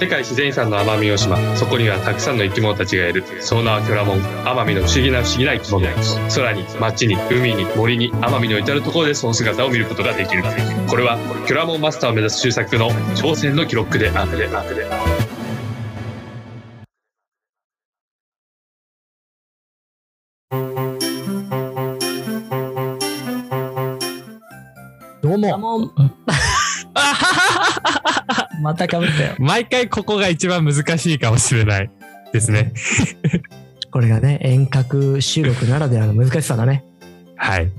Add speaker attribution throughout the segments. Speaker 1: 世界自然遺産の奄美大島そこにはたくさんの生き物たちがいるその名はキョラモン奄美の不思議な不思議な生き物空に街に海に森に奄美の至る所でその姿を見ることができるこれはキョラモンマスターを目指す周作の挑戦の記録であるであるで
Speaker 2: どう
Speaker 3: キョラ
Speaker 2: も。
Speaker 3: モン
Speaker 2: またかぶったよ。
Speaker 4: 毎回ここが一番難しいかもしれないですね。
Speaker 2: これがね、遠隔収録ならではの難しさだね。
Speaker 4: はい。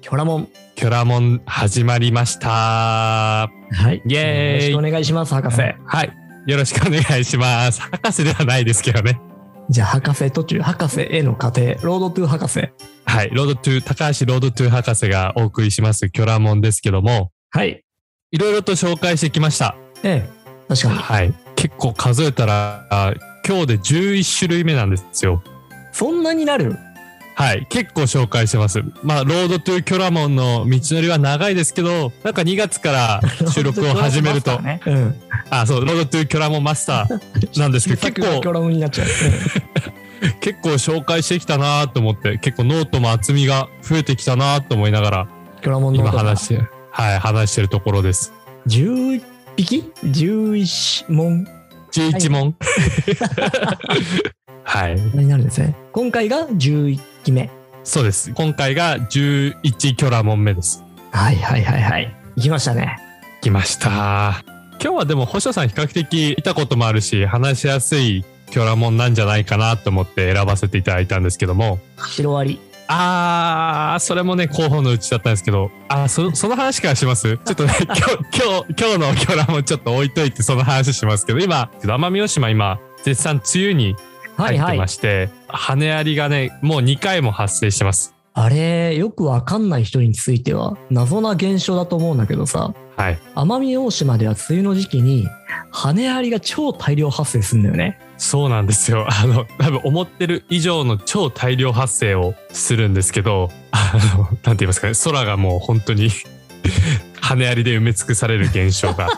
Speaker 2: キョラモン。
Speaker 4: キョラモン始まりました。
Speaker 2: はい。
Speaker 4: イ
Speaker 2: よ
Speaker 4: エ
Speaker 2: ろしくお
Speaker 4: ーイ。
Speaker 2: 願いします、博士。
Speaker 4: はい。よろしくお願いします。博士ではないですけどね。
Speaker 2: じゃあ、博士途中、博士への過程、ロードトゥ博士。
Speaker 4: はい。ロードトゥ、高橋ロードトゥ博士がお送りしますキョラモンですけども、
Speaker 2: はい。
Speaker 4: いろいろと紹介してきました。
Speaker 2: ええ、確かに。
Speaker 4: はい。結構数えたら、あ今日で11種類目なんですよ。
Speaker 2: そんなになる
Speaker 4: はい。結構紹介してます。まあ、ロードトゥキョラモンの道のりは長いですけど、なんか2月から収録を始 めると、
Speaker 5: ね、
Speaker 2: うん。
Speaker 4: あ、そう、ロードトゥキョラモンマスターなんですけど、
Speaker 2: さっ
Speaker 4: 結
Speaker 2: きのキョ
Speaker 4: 構、
Speaker 2: ラモンになっちゃう。
Speaker 4: 結構紹介してきたなと思って、結構ノートも厚みが増えてきたなと思いながら、
Speaker 2: うんキョラモン の
Speaker 4: 今
Speaker 2: 音が
Speaker 4: 話して、はい、話してるところです。
Speaker 2: 11匹 ?11 問
Speaker 4: 11問。はい、
Speaker 2: になるんですね。今回が11期目。
Speaker 4: そうです。今回が11キョラモン目です。
Speaker 2: はいはいはいはい。行きましたね。
Speaker 4: 来ました。今日はでも、保所さん比較的いたこともあるし、話しやすいキョラモンなんじゃないかなと思って選ばせていただいたんですけども、
Speaker 2: シロアリ。
Speaker 4: あー、それもね、候補のうちだったんですけど、あーそ、その話からしますちょっ とね、今日、今日、今日のキョラもちょっと置いといて、その話しますけど、今、奄美大島、今、絶賛梅雨に入ってまして、羽アリがね、もう2回も発生してます。
Speaker 2: あれ、よくわかんない人については、謎な現象だと思うんだけどさ、
Speaker 4: はい。
Speaker 2: 奄美大島では梅雨の時期に、羽アリが超大量発生するんだよね。
Speaker 4: そうなんですよ。あの、多分思ってる以上の超大量発生をするんですけど、あの、なんて言いますかね、空がもう本当に、 羽アリで埋め尽くされる現象が、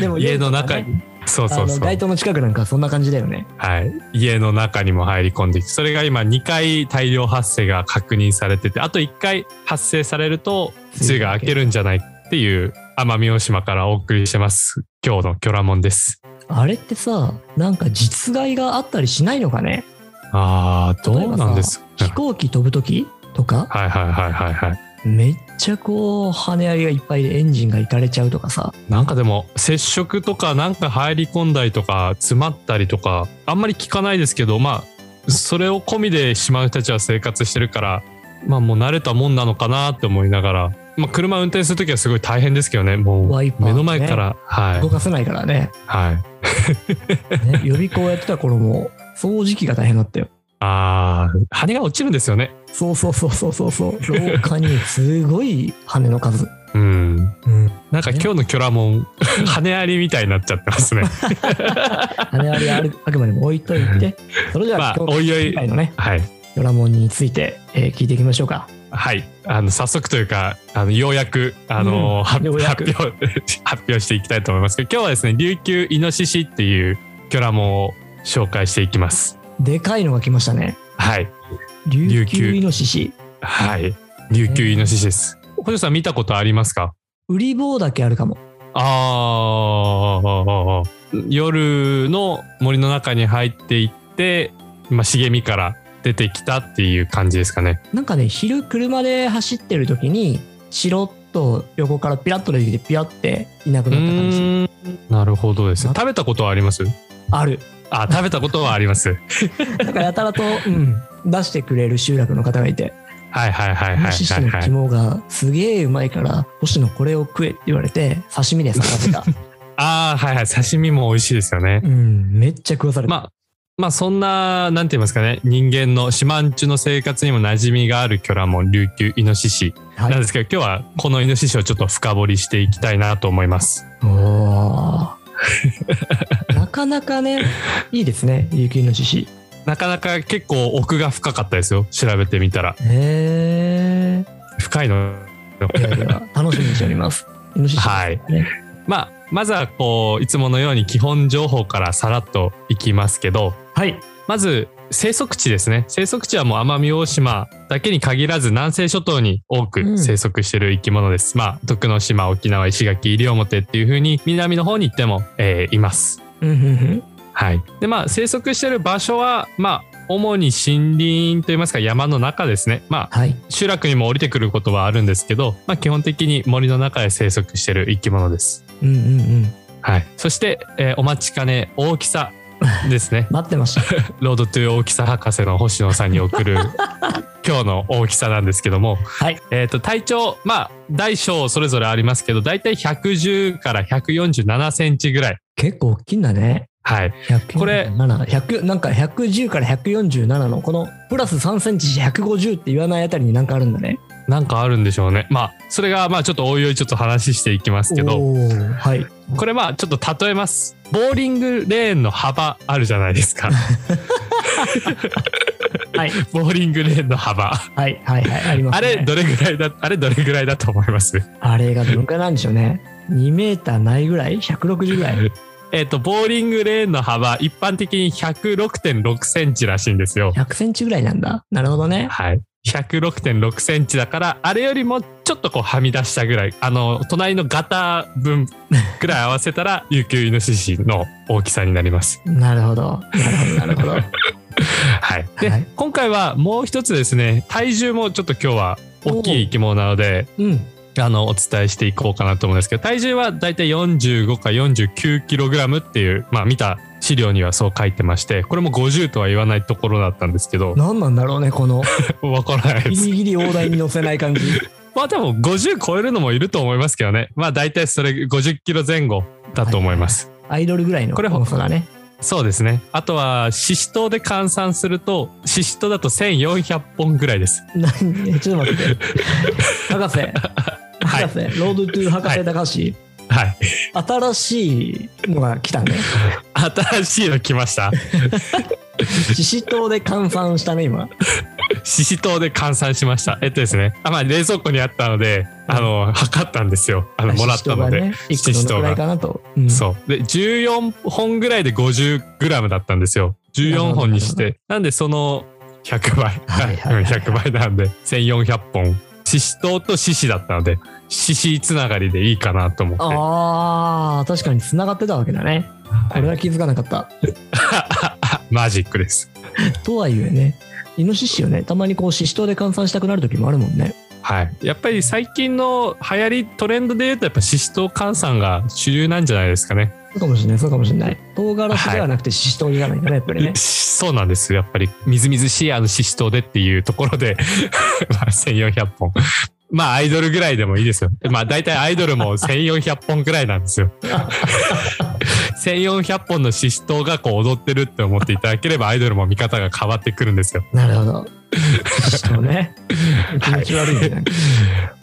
Speaker 2: でも
Speaker 4: 家の中
Speaker 2: に、
Speaker 4: に、そう
Speaker 2: あ
Speaker 4: そうそ
Speaker 2: の
Speaker 4: う。
Speaker 2: 街灯の近くなんかそんな感じだよね。
Speaker 4: はい、家の中にも入り込んできてそれが今2回大量発生が確認されててあと1回発生されると梅雨が明けるんじゃないっていう奄美大島からお送りしてます今日の「キョラモン」です。
Speaker 2: あれってさ、なんか実害があったりしないのかね
Speaker 4: あーどうなんですか
Speaker 2: 飛行機飛ぶ時とか、
Speaker 4: はいはいはいはいはい。
Speaker 2: めっちゃこう、羽アリがいっぱいでエンジンがいかれちゃうとかさ、
Speaker 4: なんかでも接触とかなんか入り込んだりとか詰まったりとかあんまり聞かないですけどまあそれを込みで島の人たちは生活してるからまあもう慣れたもんなのかなって思いながら、まあ、車運転するときはすごい大変ですけどねもう
Speaker 2: ワイパー、
Speaker 4: 目の前か。ら、は
Speaker 2: 動
Speaker 4: い
Speaker 2: かせないからね。
Speaker 4: はい
Speaker 2: ね予備校やってた頃も掃除機が大変だったよ
Speaker 4: あー羽が落ちるんですよね
Speaker 2: そうそうそうそうそうそう廊下にすごい羽の数
Speaker 4: うん
Speaker 2: うん
Speaker 4: なんか今日のキョラモン羽ありみたいになっちゃってます ね
Speaker 2: 羽ありあるあくまでも置いといてそれで
Speaker 4: ま
Speaker 2: は
Speaker 4: あ
Speaker 2: 今
Speaker 4: おいお
Speaker 2: 日
Speaker 4: い
Speaker 2: 今回のね
Speaker 4: はい
Speaker 2: ドラモンについて、えー聞いていきましょうか
Speaker 4: はい、あの早速というかあのようやくあの、
Speaker 2: うん
Speaker 4: 発
Speaker 2: ようやく
Speaker 4: 発表 発表していきたいと思いますけど今日はですね琉球イノシシっていうキョラモンを紹介していきます。
Speaker 2: でかいのが来ましたね
Speaker 4: はい、
Speaker 2: 琉
Speaker 4: 琉
Speaker 2: 球
Speaker 4: 球
Speaker 2: イノシシ
Speaker 4: はい、琉球イノシシです。補助さん見たことありますか
Speaker 2: ウリ棒だけあるかも
Speaker 4: ああ夜の森の中に入っていって、まあ、茂みから出てきたっていう感じですかね。
Speaker 2: なんかね昼車で走ってる時にしろっと横からピラッと出てきてピラッていな
Speaker 4: う
Speaker 2: くなった感じ
Speaker 4: ーんなるほどですね。食べたことはあります
Speaker 2: ある
Speaker 4: あ食べたことはあります。
Speaker 2: なんかやたらと、うん、出してくれる集落の方がいて
Speaker 4: はいはいはいはい
Speaker 2: イノシ
Speaker 4: は
Speaker 2: シ
Speaker 4: い、
Speaker 2: の
Speaker 4: はい。
Speaker 2: 肝がすげえうまいから、星野これを食えって言われて、刺身で刺された。
Speaker 4: ああ、はいはい。刺身も美味しいですよね。
Speaker 2: うん、めっちゃ食わされた。
Speaker 4: まあ、まあそんな、なんて言いますかね、人間の島んちゅの生活にも馴染みがあるキョラモン、琉球イノシシ
Speaker 2: は
Speaker 4: なん
Speaker 2: い、
Speaker 4: ですけど、今日はこのイノシシをちょっと深掘りしていきたいなと思います。
Speaker 2: おーなかなかね、いいですね、琉球イノシシ。
Speaker 4: なかなか結構奥が深かったですよ。調べてみたら。
Speaker 2: へえ
Speaker 4: 深いの。
Speaker 2: ー。ではでは、楽しみにしております。イノシシ。
Speaker 4: はい。まあ、まずはこういつものように基本情報からさらっといきますけど
Speaker 2: はい。
Speaker 4: まず生息地ですね生息地はもう奄美大島だけに限らず南西諸島に多
Speaker 2: うん
Speaker 4: く生息している生き物です、まあ徳之島沖縄石垣西表っていう風に南の方に行っても、えーいます
Speaker 2: うんうんうん。
Speaker 4: はいでまあ生息している場所はまあ主に森林といいますか山の中ですねまあ
Speaker 2: はい。
Speaker 4: 集落にも降りてくることはあるんですけど、まあ、基本的に森の中で生息している生き物です。
Speaker 2: うんうんうん。
Speaker 4: はい、そして、えーお待ちかね大きさですね
Speaker 2: 待ってました。
Speaker 4: ロードトゥ大きさ博士の星野さんに送 る今日の大きさなんですけども、
Speaker 2: はい。
Speaker 4: えー、と体長まあ大小それぞれありますけど大体110から147センチぐらい。
Speaker 2: 結構大きいんだね。
Speaker 4: はい、
Speaker 2: 147
Speaker 4: これ
Speaker 2: 100なんか110から147のこのプラス3センチ150って言わないあたりになんかあるんだね。
Speaker 4: なんかあるんでしょうね。まあそれがまあちょっとおいおいちょっと話していきますけど
Speaker 2: おーはい。
Speaker 4: これまあちょっと例えます。ボーリングレーンの幅あるじゃないです か。
Speaker 2: はい。
Speaker 4: ボーリングレーンの幅。
Speaker 2: はい。はい。はい。ありま
Speaker 4: あ
Speaker 2: す、ね。
Speaker 4: れ、どれぐらいだ、あれ、どれぐらいだと思います
Speaker 2: あれがどのくらいなんでしょうね。2メーターないぐらい ?160 ぐらい
Speaker 4: えっと、ボーリングレーンの幅、一般的に106.6センチらしいんですよ。
Speaker 2: ?100 センチぐらいなんだ。なるほどね。
Speaker 4: はい。106.6センチだから、あれよりもちょっとこうはみ出したぐらい、あの、隣のガタ分ぐらい合わせたら、 琉球イノシシの大きさになります。
Speaker 2: なるほど。なるほど、なるほ
Speaker 4: はい。で、
Speaker 2: はい
Speaker 4: 今回はもう一つですね、体重もちょっと今日は大きい生き物なので、
Speaker 2: ど。うん。
Speaker 4: あの、お伝えしていこうかなと思うんですけど、体重はだいたい45か49キログラムっていう、まあ見た資料にはそう書いてまして、これも50とは言わないところだったんですけど、
Speaker 2: 何なんだろうね、この、
Speaker 4: わからないで
Speaker 2: ギ
Speaker 4: す。
Speaker 2: リギリ大台に乗せない感じ。
Speaker 4: まあでも50超えるのもいると思いますけどね。まあだいたいそれ50キロ前後だと思います。
Speaker 2: アイドルぐらいの
Speaker 4: これ
Speaker 2: 重さだね。
Speaker 4: そうですね。あとは、シシトウで換算すると、シシトウだと1400本ぐらいです。
Speaker 2: 何ちょっと待って。博士。
Speaker 4: はい
Speaker 2: 博士、ロードトゥー博士高
Speaker 4: はい。
Speaker 2: 橋、新しいのが来た ね。
Speaker 4: 新しいの来ました。
Speaker 2: シシトウで換算したね、今。
Speaker 4: シシトウで換算しました。えっとですね。あまあ、冷蔵庫にあったので、あの、測ったんですよ。あの、もらったので。
Speaker 2: シシトウがね、1個どのくらいかなと。うん
Speaker 4: そう。で、14本ぐらいで 50g だったんですよ。14本にし
Speaker 2: な
Speaker 4: て。なんで、その100倍。
Speaker 2: はいはいはい
Speaker 4: うん100倍なんで、1400本。シシトウとシシだったので、シシつながりでいいかなと思って。
Speaker 2: ああ、確かに繋がってたわけだね。これは気づかなかった。
Speaker 4: マジックです。
Speaker 2: とはいえね、イノシシをね、たまにこう、シシトウで換算したくなる時もあるもんね。
Speaker 4: はい。やっぱり最近の流行り、トレンドで言うと、やっぱシシトウ換算が主流なんじゃないですかね。
Speaker 2: そうかもしれない、そうかもしれない。唐辛子ではなくてシシトウにならないんだね、やっぱりね。
Speaker 4: そうなんですよやっぱりみずみずしいあのシシトウでっていうところで まあ1400本まあアイドルぐらいでもいいですよまあ大体アイドルも1400本ぐらいなんですよ 1400本のシシトウがこう踊ってるって思っていただければアイドルも見方が変わってくるんですよ
Speaker 2: なるほ ど。シシトウね。気持ち悪いね。なんか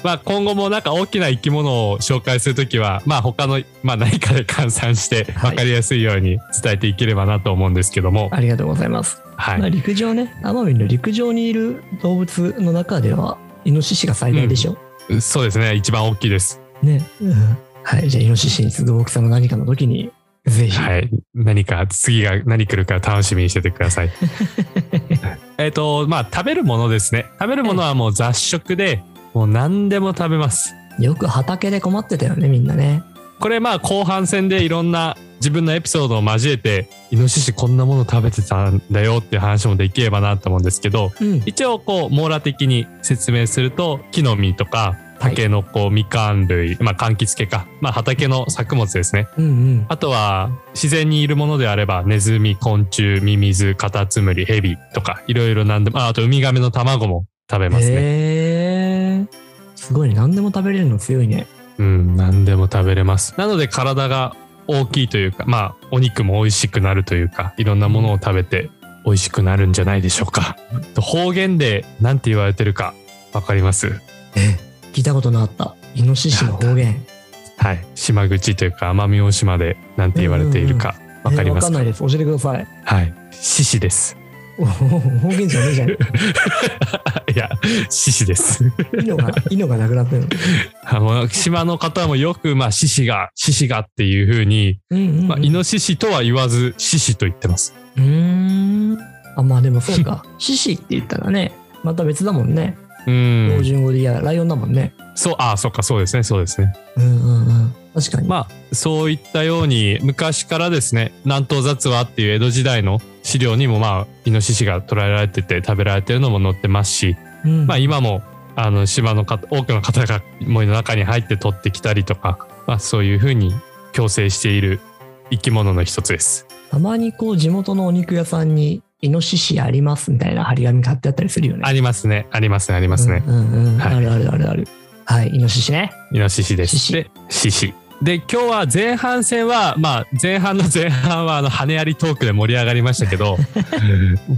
Speaker 4: まあ今後もなんか大きな生き物を紹介するときはまあ他のまあ何かで換算して
Speaker 2: はい
Speaker 4: 分かりやすいように伝えていければなと思うんですけども
Speaker 2: ありがとうございます。
Speaker 4: はい
Speaker 2: まあ、陸上ね奄美の陸上にいる動物の中ではイノシシが最大でしょ、
Speaker 4: そうですね一番大きいです
Speaker 2: ね、はいじゃあイノシシに次ぐ大きさの何かの時にぜひ、
Speaker 4: はい。何か、次が何来るか楽しみにしててください。えっと、まあ、食べるものですね。食べるものはもう雑食で、もう何でも食べます。
Speaker 2: よく畑で困ってたよねみんなね
Speaker 4: これまあ、後半戦でいろんな自分のエピソードを交えて、イノシシこんなもの食べてたんだよっていう話もできればなと思うんですけど、
Speaker 2: うん
Speaker 4: 一応こう、網羅的に説明すると、木の実とか、タケノコ、みかん類、まあ、柑橘系か。まあ、畑の作物ですね。
Speaker 2: うんうん
Speaker 4: あとは自然にいるものであればネズミ昆虫ミミズカタツムリヘビとかいろいろ何でもああとウミガメの卵も食べますね、
Speaker 2: へえすごいね何でも食べれるの強いね
Speaker 4: うん何でも食べれますなので体が大きいというかまあお肉も美味しくなるというかいろんなものを食べて美味しくなるんじゃないでしょうかと方言で何て言われてるかわかります
Speaker 2: 聞いたことなかったイノシシの方言
Speaker 4: はい島口というか奄美大島で何て言われているかわかり
Speaker 2: え
Speaker 4: ま
Speaker 2: ーわか
Speaker 4: す
Speaker 2: ん
Speaker 4: か、
Speaker 2: ないです教えてください
Speaker 4: はい獅子です
Speaker 2: お方言じゃね えじゃん。
Speaker 4: いや、獅子です。
Speaker 2: イノが、イノがなくなってるの。
Speaker 4: あの島の方もよく、まあ、獅子が、獅子がっていうふうに、
Speaker 2: うんうん、うん。
Speaker 4: まあ、イノシシとは言わず、獅子と言ってます。
Speaker 2: うーん。あ、まあでもそうか。獅子って言ったらね、また別だもんね。
Speaker 4: う
Speaker 2: 標
Speaker 4: ん。
Speaker 2: 準語でいや、ライオンだもんね。
Speaker 4: そう、ああ、そっか、そうですね、そうですね。
Speaker 2: うんうんうん。確かに。
Speaker 4: まあ、そういったように、昔からですね、南東雑話っていう江戸時代の資料にも、まあ、イノシシが捕らえられてて、食べられてるのも載ってますし、
Speaker 2: うん、
Speaker 4: まあ、今もあの島の方多くの方が森の中に入って取ってきたりとか、まあ、そういうふうに共生している生き物の一つです。
Speaker 2: たまにこう、地元のお肉屋さんに、イノシシありますみたいな張り紙買ってあったりするよね。
Speaker 4: ありますねありますねありますね。
Speaker 2: うんうんうん。
Speaker 4: はい
Speaker 2: あるあるあるある。はい、イノシシね。
Speaker 4: イノシシです。
Speaker 2: 獅子
Speaker 4: で獅子。で今日は前半戦はまあ前半の前半はあの羽ありトークで盛り上がりましたけ ど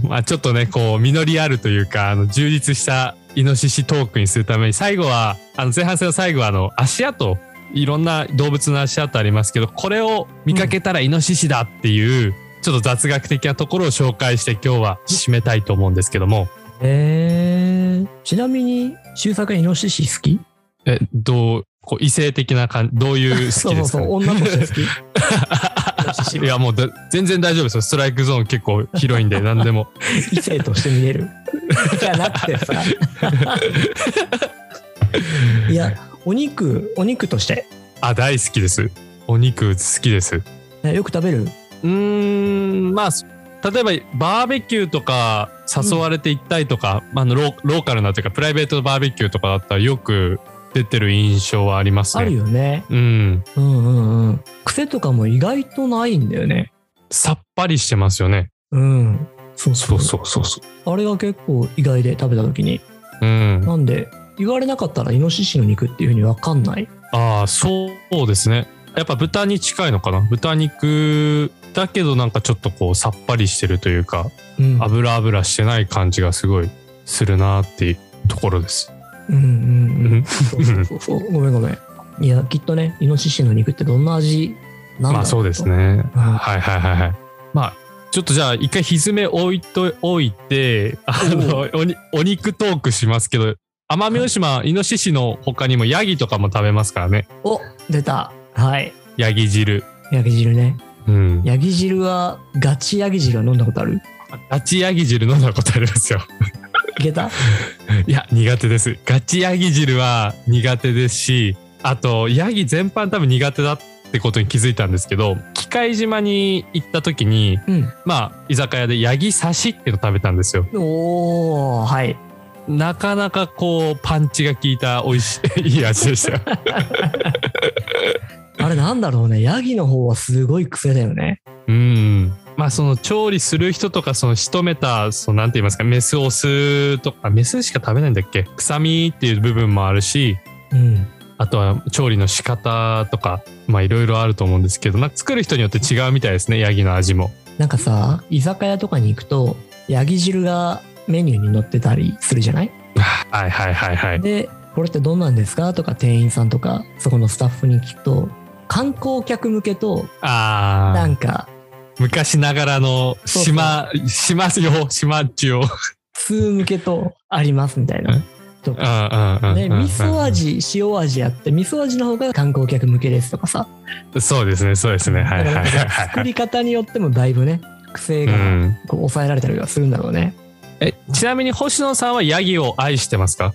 Speaker 4: まあちょっとねこう実りあるというかあの充実したイノシシトークにするために最後はあの前半戦の最後はあの足跡いろんな動物の足跡ありますけどこれを見かけたらイノシシだっていう、ちょっと雑学的なところを紹介して今日は締めたいと思うんですけども
Speaker 2: えー、ちなみに、周作イノシシ好き
Speaker 4: えどうこう異性的な感じどういう好きですか、ね、
Speaker 2: そうそうそう、女として好き。イノシシ
Speaker 4: い
Speaker 2: は
Speaker 4: やもうだ全然大丈夫ですよストライクゾーン結構広 いんで何でも
Speaker 2: 異性として見 える。じゃなくてさ。いや、お肉、お肉として。
Speaker 4: あ大好きですお肉好きですう
Speaker 2: ねよく食べる。
Speaker 4: ーんまあそ例えばバーベキューとか誘われて行ったりとか、まあ、あのローローカルなというかプライベートバーベキューとかだったらよく出てる印象はあります
Speaker 2: ある
Speaker 4: ね
Speaker 2: よね。
Speaker 4: うん
Speaker 2: うんうんうん。癖とかも意外とないんだよね。
Speaker 4: さっぱりしてますよね
Speaker 2: うん。そうそ
Speaker 4: そううそうそうそ
Speaker 2: あれが結構意外で食べた時に。
Speaker 4: ううん
Speaker 2: なんで、言われなかったらイノシシの肉っていうふうに分かんない。
Speaker 4: ああそうですねやっぱ豚に近いのかな豚肉だけどなんかちょっとこうさっぱりしてるというか
Speaker 2: うん。
Speaker 4: 油油してない感じがすごいするなっていうところです。
Speaker 2: うんうん
Speaker 4: う
Speaker 2: うんん。そうそうそうそう。ごめんごめん。いや、きっとね、イノシシの肉ってどんな味なんだろうと
Speaker 4: まあそうです。ね。
Speaker 2: うん
Speaker 4: はいはいはいはい。まあちょっとじゃあ一回ひずめ置いとおいてあのおにお肉トークしますけど奄美大島、イノシシの他にもヤギとかも食べますからね
Speaker 2: お出た。はい。
Speaker 4: ヤギ汁。
Speaker 2: ヤギ汁ね。
Speaker 4: うん、
Speaker 2: ヤギ汁は、ガチヤギ汁は飲んだことある
Speaker 4: ガチヤギ汁飲んだことありますよ。
Speaker 2: いけた
Speaker 4: いや苦手です。ガチヤギ汁は苦手ですしあとヤギ全般多分苦手だってことに気づいたんですけど機械島に行った時に
Speaker 2: うん。
Speaker 4: まあ、居酒屋でヤギ刺しっていうの食べたんですよ。
Speaker 2: おー、はい。
Speaker 4: なかなかこう、パンチが効いた美味しい、いい味で したよ。
Speaker 2: あれなんだろうね。ヤギの方はすごい癖だよね。
Speaker 4: うん。まあ、その調理する人とか、その仕留めた、そのなんて言いますか、メス、オスとか、メスしか食べないんだっけ臭みっていう部分もあるし、
Speaker 2: うん。
Speaker 4: あとは調理の仕方とか、まあ、いろいろあると思うんですけど、なんか作る人によって違うみたいですね、ヤギの味も。
Speaker 2: なんかさ、居酒屋とかに行くと、ヤギ汁がメニューに載ってたりするじゃない
Speaker 4: はいはいはいはい。
Speaker 2: で、これってどんなんですかとか店員さんとか、そこのスタッフに聞くと、観光客向けと、
Speaker 4: あ
Speaker 2: な
Speaker 4: あ、
Speaker 2: んか、
Speaker 4: 昔ながらの
Speaker 2: そうそう
Speaker 4: 島、島よ、島っちよ。
Speaker 2: 通向けとありますみたい
Speaker 4: うん
Speaker 2: な。とか。
Speaker 4: ね
Speaker 2: で、味噌味、塩味あって、味噌味の方が観光客向けですとかさ。
Speaker 4: そうですね、そうですね。はいはいはい
Speaker 2: だか
Speaker 4: は
Speaker 2: ら作
Speaker 4: い。
Speaker 2: り方によってもだいぶね、癖
Speaker 4: う
Speaker 2: が
Speaker 4: ん、
Speaker 2: こう抑えられたりはするんだろうね。
Speaker 4: えちなみに星野さんはヤギを愛してますか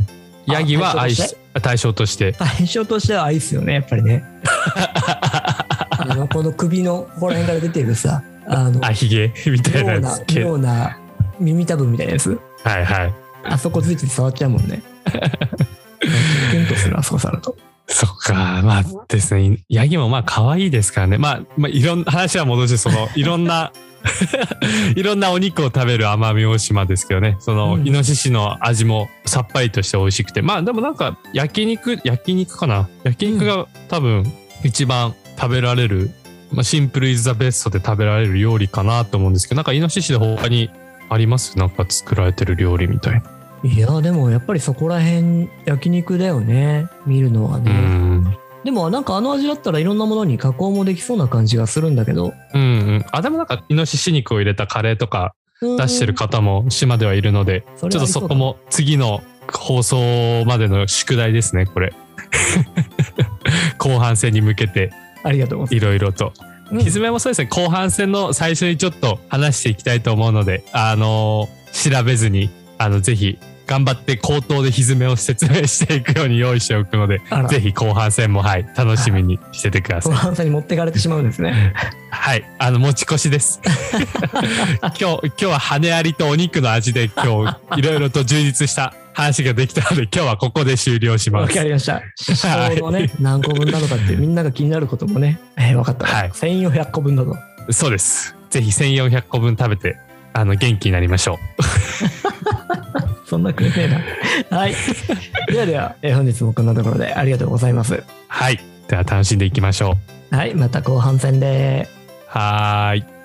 Speaker 2: あ
Speaker 4: ヤギは愛し対象として
Speaker 2: 対象としては愛っすよね、やっぱ りね。あの、この首の、ここら辺から出てるさ、あの、
Speaker 4: あヒゲみたいな
Speaker 2: 妙
Speaker 4: や
Speaker 2: な
Speaker 4: つ、け
Speaker 2: 妙な耳たぶみたいなやつ。
Speaker 4: はいはい
Speaker 2: あそこついて触っちゃうもんね。キュンとする、あそこ触ると。
Speaker 4: そっかまあですねヤギもまあ可愛いですからねまあ、まあ、いろんな話は戻してそのいろんな いろんなお肉を食べる奄美大島ですけどねその、
Speaker 2: うん
Speaker 4: イノシシの味もさっぱりとして美味しくてまあでもなんか焼肉焼肉かな焼肉が多分一番食べられる、まあ、シンプルイズザベストで食べられる料理かなと思うんですけどなんかイノシシで他にありますなんか作られてる料理みたいない
Speaker 2: や、でもやっぱりそこら辺、焼肉だよね。見るのは
Speaker 4: う
Speaker 2: ね。
Speaker 4: ん
Speaker 2: でもなんかあの味だったらいろんなものに加工もできそうな感じがするんだけど。
Speaker 4: うんうんあでもなんかイノシシ肉を入れたカレーとか出してる方も島ではいるので、
Speaker 2: ち
Speaker 4: ちょっとそこも次の放送までの宿題ですね、これ。 後半戦に向けて
Speaker 2: ありがとうござい
Speaker 4: いろいろと。
Speaker 2: ます
Speaker 4: ひずめもそうですね、後半戦の最初にちょっと話していきたいと思うので、あのー調べずに、あの、ぜひ頑張って口頭でひずめを説明していくように用意しておくので、
Speaker 2: あら
Speaker 4: ぜひ後半戦も、はい、楽しみにしててください
Speaker 2: 後。半戦に持ってかれてしまうんですね
Speaker 4: はい、あの持ち越しです。今日今日は羽ありとお肉の味で今日いろいろと充実した話ができたので今日はここで終了しま
Speaker 2: わ
Speaker 4: す
Speaker 2: か。りました師匠のね何個分なのかってみんなが気になることもね、えー、分かった、
Speaker 4: はい
Speaker 2: 1400個分だと
Speaker 4: そうです。ぜひ1400個分食べてあの元気になりましょ
Speaker 2: そんなくれねえ なはいではでは、えー本日もこんなところでありがとうございます
Speaker 4: う。はい、では楽しんでいきましょう。
Speaker 2: はいまた後半戦で
Speaker 4: はーい。